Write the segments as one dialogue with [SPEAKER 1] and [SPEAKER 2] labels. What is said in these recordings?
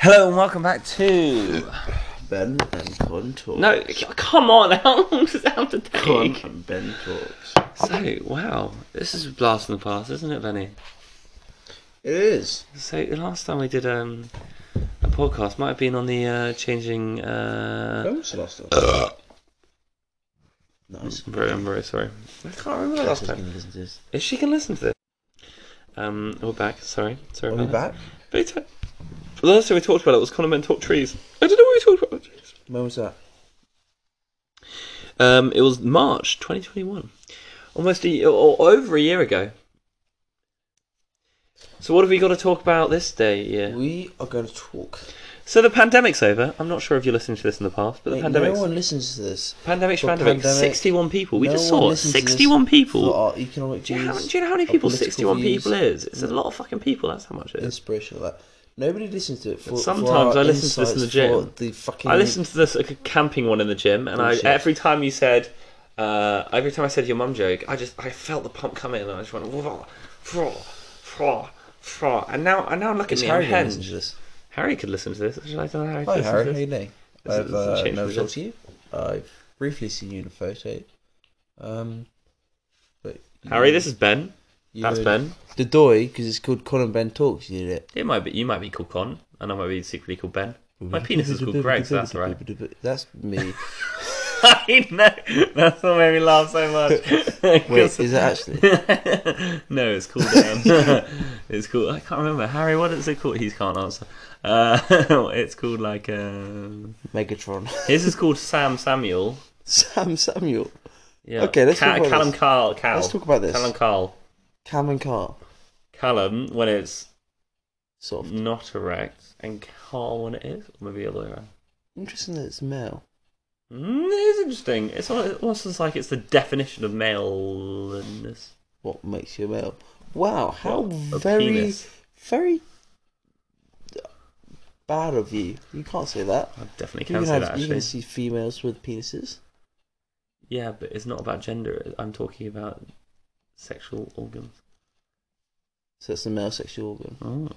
[SPEAKER 1] Hello and welcome back to.
[SPEAKER 2] Ben and Con talks.
[SPEAKER 1] No, c- come on, how long does that have to
[SPEAKER 2] Con
[SPEAKER 1] take?
[SPEAKER 2] and Ben talks.
[SPEAKER 1] So, wow, this is a blast from the past, isn't it, Benny?
[SPEAKER 2] It is.
[SPEAKER 1] So, the last time we did um, a podcast might have been on the uh, changing. Uh,
[SPEAKER 2] When was the last time? nice.
[SPEAKER 1] I'm very, I'm very sorry. I can't remember the last
[SPEAKER 2] Cassie's
[SPEAKER 1] time.
[SPEAKER 2] gonna listen to this.
[SPEAKER 1] If she can listen to this. Um, we're back, sorry. Sorry
[SPEAKER 2] Are
[SPEAKER 1] about
[SPEAKER 2] we
[SPEAKER 1] that.
[SPEAKER 2] back?
[SPEAKER 1] Big time. The last time we talked about it was Condiment Talk Trees. I don't know what we talked about. Jeez.
[SPEAKER 2] When was that?
[SPEAKER 1] Um, it was March 2021, almost a year, or over a year ago. So what have we got to talk about this day? Yeah.
[SPEAKER 2] We are going to talk.
[SPEAKER 1] So the pandemic's over. I'm not sure if you're listening to this in the past, but the
[SPEAKER 2] Mate,
[SPEAKER 1] pandemic's
[SPEAKER 2] no one listens to this.
[SPEAKER 1] pandemic's
[SPEAKER 2] Well,
[SPEAKER 1] pandemic.
[SPEAKER 2] pandemic-
[SPEAKER 1] 61 people. We
[SPEAKER 2] No
[SPEAKER 1] just
[SPEAKER 2] one
[SPEAKER 1] saw
[SPEAKER 2] listens to this
[SPEAKER 1] 61
[SPEAKER 2] For
[SPEAKER 1] people.
[SPEAKER 2] our economic
[SPEAKER 1] Do you, know how,
[SPEAKER 2] views,
[SPEAKER 1] do you know how many
[SPEAKER 2] our
[SPEAKER 1] people
[SPEAKER 2] political
[SPEAKER 1] 61
[SPEAKER 2] views,
[SPEAKER 1] people is? It's a lot of fucking people. That's how much it is.
[SPEAKER 2] Inspirational. That nobody listens to it. For,
[SPEAKER 1] Sometimes
[SPEAKER 2] for our
[SPEAKER 1] I listen to this in the
[SPEAKER 2] insights,
[SPEAKER 1] gym.
[SPEAKER 2] for The fucking.
[SPEAKER 1] I listened to this like, camping one in the gym, and I
[SPEAKER 2] Bullshit.
[SPEAKER 1] every time you said, uh, every time I said your mum joke, I just I felt the pump coming, and I just went, "Whoa, whoa, whoa, whoa." and now and now look at
[SPEAKER 2] It's
[SPEAKER 1] me,
[SPEAKER 2] Harry
[SPEAKER 1] I'm
[SPEAKER 2] that listens
[SPEAKER 1] hinged.
[SPEAKER 2] to this.
[SPEAKER 1] Harry could listen to this. Actually, I don't know how he
[SPEAKER 2] Hi
[SPEAKER 1] listens
[SPEAKER 2] Harry,
[SPEAKER 1] to
[SPEAKER 2] how
[SPEAKER 1] this.
[SPEAKER 2] you doing?
[SPEAKER 1] This is-
[SPEAKER 2] I've
[SPEAKER 1] this is a
[SPEAKER 2] uh,
[SPEAKER 1] change
[SPEAKER 2] never
[SPEAKER 1] from
[SPEAKER 2] talked to you. I've briefly seen you in a photo. Um, but
[SPEAKER 1] Harry, this is Ben.
[SPEAKER 2] you
[SPEAKER 1] That's
[SPEAKER 2] know-
[SPEAKER 1] Ben.
[SPEAKER 2] The doy, because it's called Colin Ben Talks, you did it.
[SPEAKER 1] It might be you might be called Con, and I might be secretly called Ben. My penis is called Greg, so that's all right.
[SPEAKER 2] That's me.
[SPEAKER 1] I know. That's what made me laugh so much.
[SPEAKER 2] Wait, is it actually?
[SPEAKER 1] no, it's called. Um, it's called. I can't remember. Harry, what is it called? He can't answer. Uh, it's called like. Um,
[SPEAKER 2] Megatron.
[SPEAKER 1] his is called Sam Samuel.
[SPEAKER 2] Sam Samuel.
[SPEAKER 1] Yeah.
[SPEAKER 2] Okay, let's talk about
[SPEAKER 1] Callum
[SPEAKER 2] this.
[SPEAKER 1] Carl. Cal.
[SPEAKER 2] Let's talk about this.
[SPEAKER 1] Callum Carl.
[SPEAKER 2] Cam and Carl.
[SPEAKER 1] Callum when it's
[SPEAKER 2] Soft.
[SPEAKER 1] not erect, and Carl when it is. Or maybe the other way around.
[SPEAKER 2] Interesting that it's male.
[SPEAKER 1] Mm, it is interesting. It's al- it's almost like it's the definition of maleness.
[SPEAKER 2] What makes you a male? Wow, how
[SPEAKER 1] What? A
[SPEAKER 2] very,
[SPEAKER 1] penis.
[SPEAKER 2] very bad of you. You can't say that.
[SPEAKER 1] I definitely
[SPEAKER 2] You
[SPEAKER 1] can
[SPEAKER 2] can,
[SPEAKER 1] say
[SPEAKER 2] have,
[SPEAKER 1] that
[SPEAKER 2] you
[SPEAKER 1] actually.
[SPEAKER 2] can see females with penises.
[SPEAKER 1] Yeah, but it's not about gender. I'm talking about sexual organs.
[SPEAKER 2] So that's the male sexual organ.
[SPEAKER 1] Oh.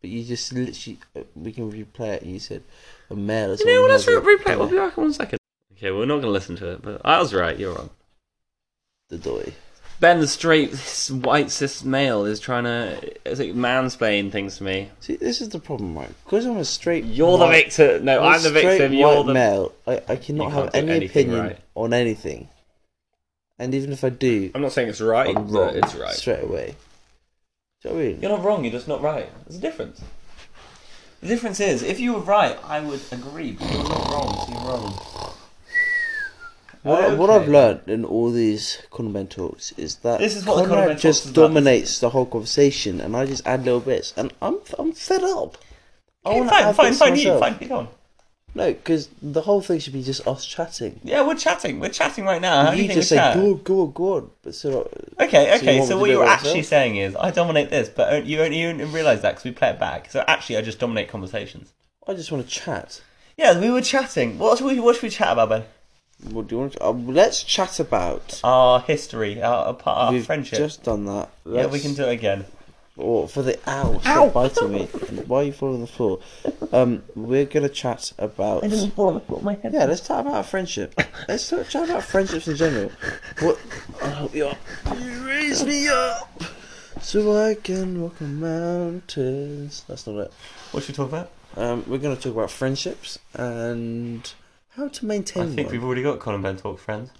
[SPEAKER 2] But you just literally, uh, we can replay it. And you said a male. is
[SPEAKER 1] You know what?
[SPEAKER 2] someone who
[SPEAKER 1] Let's re-
[SPEAKER 2] has a-
[SPEAKER 1] replay. it. We'll be back in one second. Okay, we're not going to listen to it, but I was right. You're wrong.
[SPEAKER 2] the doy.
[SPEAKER 1] Ben, the straight cis- white cis male, is trying to is it mansplain things to me.
[SPEAKER 2] See, this is the problem, right? Because I'm a straight.
[SPEAKER 1] You're the
[SPEAKER 2] white-
[SPEAKER 1] victim. No, I'm the
[SPEAKER 2] a straight
[SPEAKER 1] victim.
[SPEAKER 2] white
[SPEAKER 1] You're the.
[SPEAKER 2] male. I, I
[SPEAKER 1] You
[SPEAKER 2] cannot
[SPEAKER 1] can't
[SPEAKER 2] have
[SPEAKER 1] do
[SPEAKER 2] any
[SPEAKER 1] anything
[SPEAKER 2] opinion
[SPEAKER 1] right.
[SPEAKER 2] on anything. And even if I do,
[SPEAKER 1] I'm not saying it's right.
[SPEAKER 2] I'm
[SPEAKER 1] but
[SPEAKER 2] wrong
[SPEAKER 1] It's right.
[SPEAKER 2] straight away. Do you know what I mean?
[SPEAKER 1] You're not wrong. You're just not right. There's a difference. The difference is, if you were right, I would agree. But you're not wrong. So you're wrong.
[SPEAKER 2] What, I- what
[SPEAKER 1] Okay.
[SPEAKER 2] I've learned in all these Conor Ben talks is that
[SPEAKER 1] This is what the Conor Ben
[SPEAKER 2] Conrad
[SPEAKER 1] Talks is
[SPEAKER 2] just
[SPEAKER 1] about,
[SPEAKER 2] dominates the whole conversation, and I just add little bits, and I'm I'm fed up. I
[SPEAKER 1] Okay,
[SPEAKER 2] wanna
[SPEAKER 1] fine,
[SPEAKER 2] add
[SPEAKER 1] fine,
[SPEAKER 2] bits
[SPEAKER 1] fine. You,
[SPEAKER 2] myself.
[SPEAKER 1] fine. Be gone.
[SPEAKER 2] No, because the whole thing should be just us chatting.
[SPEAKER 1] Yeah, we're chatting. We're chatting right now. How do
[SPEAKER 2] you
[SPEAKER 1] Uh, think
[SPEAKER 2] just
[SPEAKER 1] we
[SPEAKER 2] say
[SPEAKER 1] chat?
[SPEAKER 2] go on, go on, go on, but so So you
[SPEAKER 1] Okay, okay.
[SPEAKER 2] want
[SPEAKER 1] So,
[SPEAKER 2] me to
[SPEAKER 1] what
[SPEAKER 2] do it
[SPEAKER 1] you're
[SPEAKER 2] by
[SPEAKER 1] actually
[SPEAKER 2] myself?
[SPEAKER 1] saying is, I dominate this, but on- you only you only realise that because we play it back. So actually, I just dominate conversations.
[SPEAKER 2] I just want to chat.
[SPEAKER 1] Yeah, we were chatting. What should we what should we chat about, Ben?
[SPEAKER 2] What do you want? To, um, let's chat about.
[SPEAKER 1] Our history, our, our, part- our
[SPEAKER 2] We've
[SPEAKER 1] friendship.
[SPEAKER 2] just done that.
[SPEAKER 1] yeah,
[SPEAKER 2] Let's-
[SPEAKER 1] we can do it again.
[SPEAKER 2] Or for the owl,
[SPEAKER 1] Ow!
[SPEAKER 2] stop biting me. Why are you falling on the floor? Um, we're gonna chat about.
[SPEAKER 1] fall on the floor. My head.
[SPEAKER 2] Yeah, let's talk about friendship. Let's talk, chat about friendships in general. What? I'll help you up. You raise me up so I can walk on mountains. That's not it.
[SPEAKER 1] What should we talk about?
[SPEAKER 2] Um, we're gonna talk about friendships and how to maintain.
[SPEAKER 1] I think
[SPEAKER 2] one.
[SPEAKER 1] we've already got Colin Ben talk friends.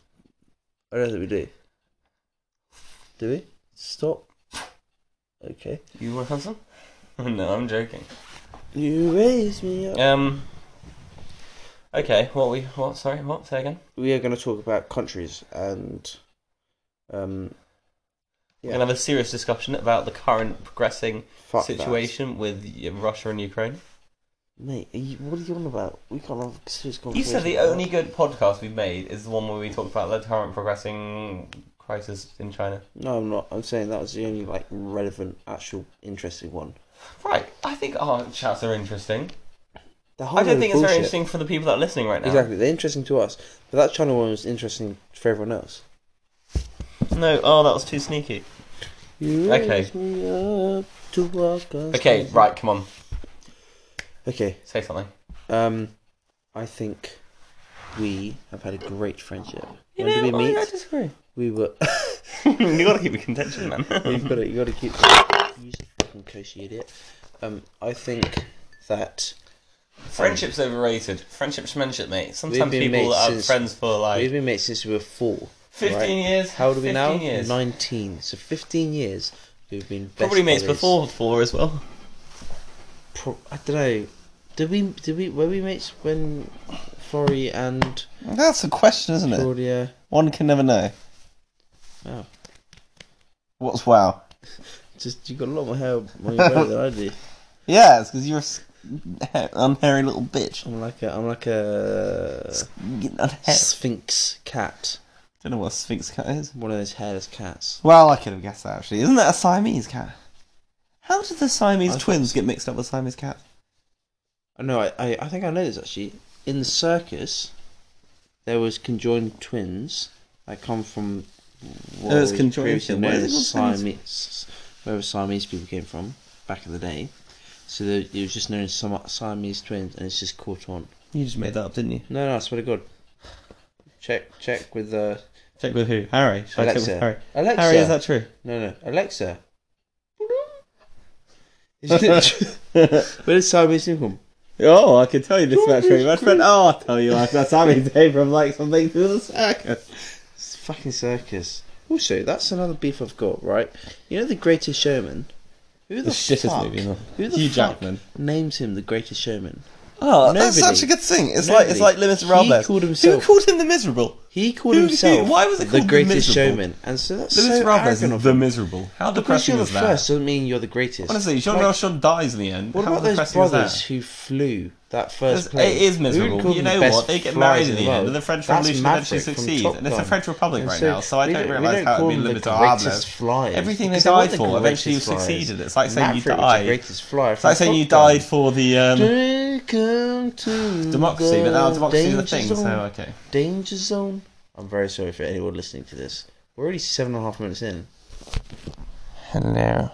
[SPEAKER 2] I don't think we do. Do we? Stop. Okay.
[SPEAKER 1] You want to have some? no, I'm joking.
[SPEAKER 2] You raise me up.
[SPEAKER 1] Um. Okay, what we what? Sorry, what? Say again.
[SPEAKER 2] We are going to talk about countries and. Um,
[SPEAKER 1] We're gonna have a serious discussion about the current progressing
[SPEAKER 2] fuck that.
[SPEAKER 1] situation with Russia and Ukraine.
[SPEAKER 2] Mate, are you, what are you on about? We can't have a serious
[SPEAKER 1] You
[SPEAKER 2] conversation.
[SPEAKER 1] said the
[SPEAKER 2] about
[SPEAKER 1] only good podcast we've made is the one where we talked about the current progressing crisis in China.
[SPEAKER 2] that. No, I'm not. I'm saying that was the only, like, relevant, actual, interesting one.
[SPEAKER 1] Right, I think our chats are interesting.
[SPEAKER 2] The whole
[SPEAKER 1] I don't
[SPEAKER 2] load
[SPEAKER 1] think
[SPEAKER 2] of
[SPEAKER 1] it's
[SPEAKER 2] Oh,
[SPEAKER 1] very
[SPEAKER 2] bullshit.
[SPEAKER 1] interesting for the people that are listening right now.
[SPEAKER 2] Exactly. They're interesting to us. But that China one was interesting for everyone else.
[SPEAKER 1] No, oh, that was too sneaky.
[SPEAKER 2] You
[SPEAKER 1] Okay.
[SPEAKER 2] raise me up to walk on
[SPEAKER 1] Okay,
[SPEAKER 2] stage.
[SPEAKER 1] right, come on.
[SPEAKER 2] Okay.
[SPEAKER 1] Say something.
[SPEAKER 2] Um, I think we have had a great friendship.
[SPEAKER 1] You
[SPEAKER 2] when did
[SPEAKER 1] know,
[SPEAKER 2] we meet?
[SPEAKER 1] I, I disagree.
[SPEAKER 2] We were.
[SPEAKER 1] you gotta keep it contention, man.
[SPEAKER 2] You've got to, you got to keep. Use a fucking coach, you idiot. Um, I think that
[SPEAKER 1] Friendship's overrated. Friendship's friendship, mate.
[SPEAKER 2] We've
[SPEAKER 1] Sometimes
[SPEAKER 2] been
[SPEAKER 1] people
[SPEAKER 2] mates
[SPEAKER 1] are
[SPEAKER 2] since-
[SPEAKER 1] friends for
[SPEAKER 2] we've
[SPEAKER 1] like
[SPEAKER 2] been mates since we were four.
[SPEAKER 1] 15
[SPEAKER 2] right?
[SPEAKER 1] years.
[SPEAKER 2] How old are we
[SPEAKER 1] 15
[SPEAKER 2] now?
[SPEAKER 1] Years.
[SPEAKER 2] Nineteen. So fifteen years. We've been best
[SPEAKER 1] Probably mates
[SPEAKER 2] buddies.
[SPEAKER 1] before four as well.
[SPEAKER 2] Pro- I don't know. Did we? Did we? Were we mates when Florrie and
[SPEAKER 1] That's a question, isn't
[SPEAKER 2] Claudia?
[SPEAKER 1] One can never know.
[SPEAKER 2] Oh,
[SPEAKER 1] What's wow?
[SPEAKER 2] just you got a lot more hair on your brother than I do.
[SPEAKER 1] Yeah, it's because you're a unhairy little bitch.
[SPEAKER 2] I'm like a. I'm like a
[SPEAKER 1] Don't
[SPEAKER 2] sphinx cat.
[SPEAKER 1] know what a sphinx cat is.
[SPEAKER 2] One of those hairless cats.
[SPEAKER 1] Well, I could have guessed that actually. Isn't that a Siamese cat? How did the Siamese
[SPEAKER 2] I thought-
[SPEAKER 1] twins get mixed up with Siamese cat?
[SPEAKER 2] Oh, no, I, I, I think I know this actually. In the circus, there was conjoined twins that come from what
[SPEAKER 1] Oh, it's
[SPEAKER 2] was
[SPEAKER 1] conjoined
[SPEAKER 2] previously
[SPEAKER 1] twin. Why
[SPEAKER 2] known
[SPEAKER 1] is it
[SPEAKER 2] as
[SPEAKER 1] called twins?
[SPEAKER 2] Siamese, wherever Siamese people came from back in the day. So they, it was just known as Sim- Siamese twins, and it's just caught on.
[SPEAKER 1] You just made that up, didn't you?
[SPEAKER 2] No, no, I swear to God. Check, check with uh,
[SPEAKER 1] Check with who? Harry. Should I check
[SPEAKER 2] Alexa.
[SPEAKER 1] with Harry?
[SPEAKER 2] Alexa.
[SPEAKER 1] Harry, is that true?
[SPEAKER 2] no, no, Alexa. Isn't it true? Where did Siamese twin come?
[SPEAKER 1] Oh, I could tell you this much very much, but oh, I'll tell you like that's Siamese Abram like something to the circus.
[SPEAKER 2] It's a fucking circus. Also, that's another beef I've got, right? You know the Greatest Showman? Who the,
[SPEAKER 1] The shittest
[SPEAKER 2] fuck?
[SPEAKER 1] movie, no.
[SPEAKER 2] Who the
[SPEAKER 1] Hugh
[SPEAKER 2] fuck
[SPEAKER 1] Jackman.
[SPEAKER 2] names him the Greatest Showman?
[SPEAKER 1] Oh,
[SPEAKER 2] Nobody.
[SPEAKER 1] that's such a good thing. It's like it's
[SPEAKER 2] Nobody.
[SPEAKER 1] like Les
[SPEAKER 2] He
[SPEAKER 1] Miserables.
[SPEAKER 2] called himself-
[SPEAKER 1] Who called him the miserable?
[SPEAKER 2] He called
[SPEAKER 1] Who- who-
[SPEAKER 2] himself
[SPEAKER 1] why was it
[SPEAKER 2] the
[SPEAKER 1] called The
[SPEAKER 2] Greatest
[SPEAKER 1] Miserable?
[SPEAKER 2] Showman, and so that's
[SPEAKER 1] Les
[SPEAKER 2] so
[SPEAKER 1] Miserables
[SPEAKER 2] arrogant
[SPEAKER 1] is
[SPEAKER 2] of
[SPEAKER 1] the
[SPEAKER 2] him.
[SPEAKER 1] miserable. How
[SPEAKER 2] Because
[SPEAKER 1] depressing
[SPEAKER 2] you're the
[SPEAKER 1] is that?
[SPEAKER 2] first doesn't mean you're the greatest.
[SPEAKER 1] Honestly, Jean
[SPEAKER 2] Like,
[SPEAKER 1] Valjean dies in the end.
[SPEAKER 2] What
[SPEAKER 1] How
[SPEAKER 2] about those
[SPEAKER 1] depressing is that?
[SPEAKER 2] brothers who flew that first
[SPEAKER 1] It's-
[SPEAKER 2] plane?
[SPEAKER 1] It is
[SPEAKER 2] We wouldn't
[SPEAKER 1] miserable.
[SPEAKER 2] call
[SPEAKER 1] You
[SPEAKER 2] them
[SPEAKER 1] know
[SPEAKER 2] best
[SPEAKER 1] what? They get
[SPEAKER 2] flyers
[SPEAKER 1] married in the
[SPEAKER 2] world.
[SPEAKER 1] end, and the French
[SPEAKER 2] That's
[SPEAKER 1] Revolution eventually
[SPEAKER 2] Maverick from
[SPEAKER 1] succeeds.
[SPEAKER 2] Top
[SPEAKER 1] And it's a
[SPEAKER 2] Gun.
[SPEAKER 1] French republic
[SPEAKER 2] And
[SPEAKER 1] right now, so I
[SPEAKER 2] we
[SPEAKER 1] don't
[SPEAKER 2] we
[SPEAKER 1] realise
[SPEAKER 2] don't
[SPEAKER 1] how
[SPEAKER 2] call
[SPEAKER 1] it'd be
[SPEAKER 2] them the
[SPEAKER 1] limited to
[SPEAKER 2] greatest
[SPEAKER 1] Harbless.
[SPEAKER 2] flyers,
[SPEAKER 1] Everything they
[SPEAKER 2] because weren't
[SPEAKER 1] died
[SPEAKER 2] the
[SPEAKER 1] for, eventually you
[SPEAKER 2] greatest flyers.
[SPEAKER 1] succeeded. It's like saying you
[SPEAKER 2] Maverick was the
[SPEAKER 1] died.
[SPEAKER 2] greatest flyer.
[SPEAKER 1] It's like saying you died for the um,
[SPEAKER 2] Welcome to
[SPEAKER 1] democracy, but now
[SPEAKER 2] the
[SPEAKER 1] democracy is the
[SPEAKER 2] danger
[SPEAKER 1] thing,
[SPEAKER 2] zone.
[SPEAKER 1] so okay.
[SPEAKER 2] Danger zone. I'm very sorry for anyone listening to this. We're already seven and a half minutes in.
[SPEAKER 1] Hello.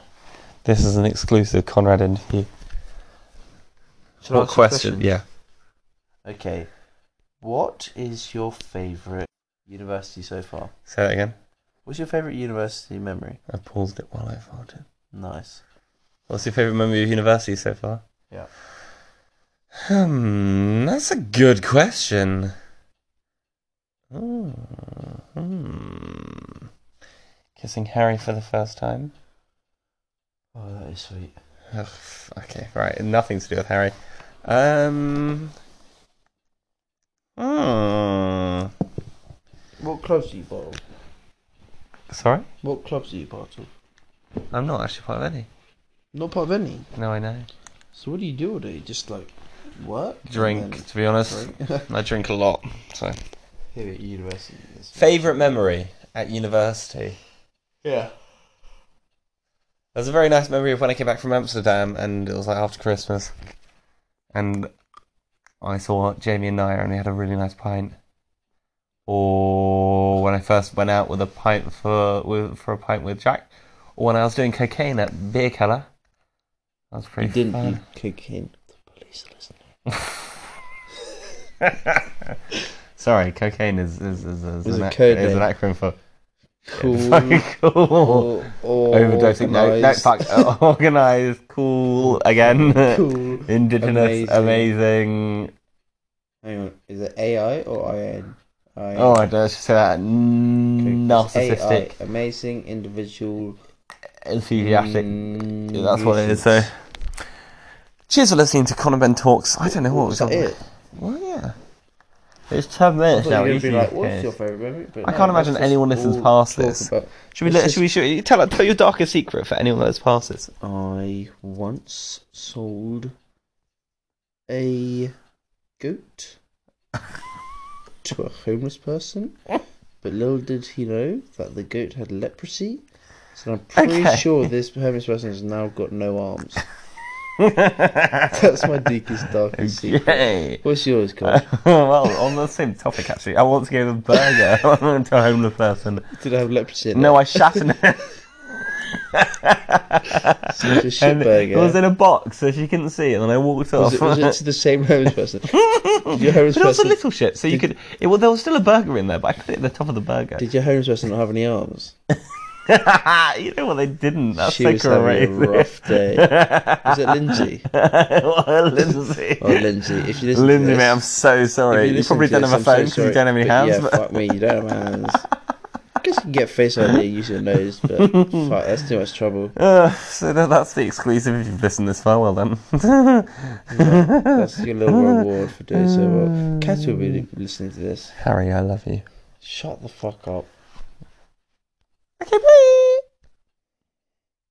[SPEAKER 1] This is an exclusive Conrad interview.
[SPEAKER 2] Shall I ask you a
[SPEAKER 1] Yeah.
[SPEAKER 2] Okay. What is your favourite university so far?
[SPEAKER 1] Say that again.
[SPEAKER 2] What's your favourite university memory?
[SPEAKER 1] I paused it while I farted.
[SPEAKER 2] Nice.
[SPEAKER 1] What's your favourite memory of university so far?
[SPEAKER 2] Yeah.
[SPEAKER 1] Hmm, that's a good question. Oh, hmm. Kissing Harry for the first time.
[SPEAKER 2] Oh, that is sweet.
[SPEAKER 1] Ugh, okay, right, nothing to do with Harry. Um. Hmm.
[SPEAKER 2] What clubs do you bottle?
[SPEAKER 1] Sorry,
[SPEAKER 2] What clubs do you bottle?
[SPEAKER 1] I'm not actually part of any.
[SPEAKER 2] Not part of any.
[SPEAKER 1] No, I know.
[SPEAKER 2] So what do you do all day? Just like work? and
[SPEAKER 1] Drink,
[SPEAKER 2] then
[SPEAKER 1] to be honest.
[SPEAKER 2] Drink.
[SPEAKER 1] I drink a lot. So.
[SPEAKER 2] Here at university. is-
[SPEAKER 1] Favorite memory at university.
[SPEAKER 2] Yeah.
[SPEAKER 1] There's a very nice memory of when I came back from Amsterdam, and it was like after Christmas, and I saw Jamie and Naya, and we had a really nice pint. Or when I first went out with a pint for with, for a pint with Jack, or when I was doing cocaine at Beer Keller. That was pretty
[SPEAKER 2] You didn't
[SPEAKER 1] fun.
[SPEAKER 2] eat cocaine. The police are listening.
[SPEAKER 1] Sorry, cocaine is is is, is,
[SPEAKER 2] It's
[SPEAKER 1] an,
[SPEAKER 2] a
[SPEAKER 1] ac-
[SPEAKER 2] code
[SPEAKER 1] is an
[SPEAKER 2] name.
[SPEAKER 1] acronym for
[SPEAKER 2] Cool.
[SPEAKER 1] fucking cool.
[SPEAKER 2] or,
[SPEAKER 1] Overdosing, no, no, fuck, organised, cool, again,
[SPEAKER 2] Cool.
[SPEAKER 1] indigenous, amazing.
[SPEAKER 2] Amazing. Hang on. Is it AI or IN? I-
[SPEAKER 1] Oh, I don't should say that. Mm, Narcissistic,
[SPEAKER 2] AI, amazing individual.
[SPEAKER 1] enthusiastic.
[SPEAKER 2] mm,
[SPEAKER 1] That's what it is. eh? So,
[SPEAKER 2] nuisance.
[SPEAKER 1] cheers for listening to Conor Ben talks. I don't know what
[SPEAKER 2] Was
[SPEAKER 1] was
[SPEAKER 2] that
[SPEAKER 1] on.
[SPEAKER 2] it?
[SPEAKER 1] Well, yeah, it's ten minutes
[SPEAKER 2] I thought
[SPEAKER 1] now.
[SPEAKER 2] you were
[SPEAKER 1] easy.
[SPEAKER 2] gonna be like, what's
[SPEAKER 1] Yes.
[SPEAKER 2] your favourite memory? But
[SPEAKER 1] I
[SPEAKER 2] no,
[SPEAKER 1] can't
[SPEAKER 2] let's
[SPEAKER 1] imagine
[SPEAKER 2] just
[SPEAKER 1] anyone listens
[SPEAKER 2] all
[SPEAKER 1] past
[SPEAKER 2] talk
[SPEAKER 1] this.
[SPEAKER 2] about-
[SPEAKER 1] Should we?
[SPEAKER 2] It's
[SPEAKER 1] Let,
[SPEAKER 2] just-
[SPEAKER 1] Should we? Should we tell, tell your darkest secret for anyone that's past this?
[SPEAKER 2] I once sold a goat to a homeless person, but little did he know that the goat had leprosy. So I'm pretty
[SPEAKER 1] Okay.
[SPEAKER 2] sure this homeless person has now got no arms. That's my deepest, darkest secret.
[SPEAKER 1] Yay!
[SPEAKER 2] What's yours, Carl?
[SPEAKER 1] well, on the same topic, actually, I once gave a burger to a homeless person.
[SPEAKER 2] Did I have leprosy? in
[SPEAKER 1] No,
[SPEAKER 2] it?
[SPEAKER 1] I shat in it.
[SPEAKER 2] It's a shit
[SPEAKER 1] and it
[SPEAKER 2] burger.
[SPEAKER 1] was in a box, so she couldn't see it. And then I walked
[SPEAKER 2] Was
[SPEAKER 1] off.
[SPEAKER 2] it, was it to the same homeless person? Did your homeless
[SPEAKER 1] But it was a
[SPEAKER 2] person?
[SPEAKER 1] little shit, so you could. It, well, there was still a burger in there, but I put it at the top of the burger.
[SPEAKER 2] Did your homeless person not have any arms?
[SPEAKER 1] you know what? They didn't. That's
[SPEAKER 2] she
[SPEAKER 1] so
[SPEAKER 2] was having
[SPEAKER 1] crazy.
[SPEAKER 2] a rough day. Was it Lindsay?
[SPEAKER 1] Well, Lindsay.
[SPEAKER 2] Oh, Lindsay. If you listen to
[SPEAKER 1] Lindsay,
[SPEAKER 2] this,
[SPEAKER 1] mate, I'm so sorry.
[SPEAKER 2] if
[SPEAKER 1] You,
[SPEAKER 2] listen
[SPEAKER 1] probably
[SPEAKER 2] to
[SPEAKER 1] don't
[SPEAKER 2] this,
[SPEAKER 1] have a
[SPEAKER 2] I'm
[SPEAKER 1] phone
[SPEAKER 2] so
[SPEAKER 1] because you
[SPEAKER 2] sorry,
[SPEAKER 1] don't have any
[SPEAKER 2] but
[SPEAKER 1] hands.
[SPEAKER 2] Yeah,
[SPEAKER 1] but-
[SPEAKER 2] fuck me. You don't have hands. I guess you can get face ID using your nose, but fuck, that's too much trouble.
[SPEAKER 1] Uh, so that, that's the exclusive. If you've listened this far, well done.
[SPEAKER 2] That's your little reward for doing so well. Cat will be listening to this.
[SPEAKER 1] Harry, I love you.
[SPEAKER 2] Shut the fuck up.
[SPEAKER 1] Okay, bye.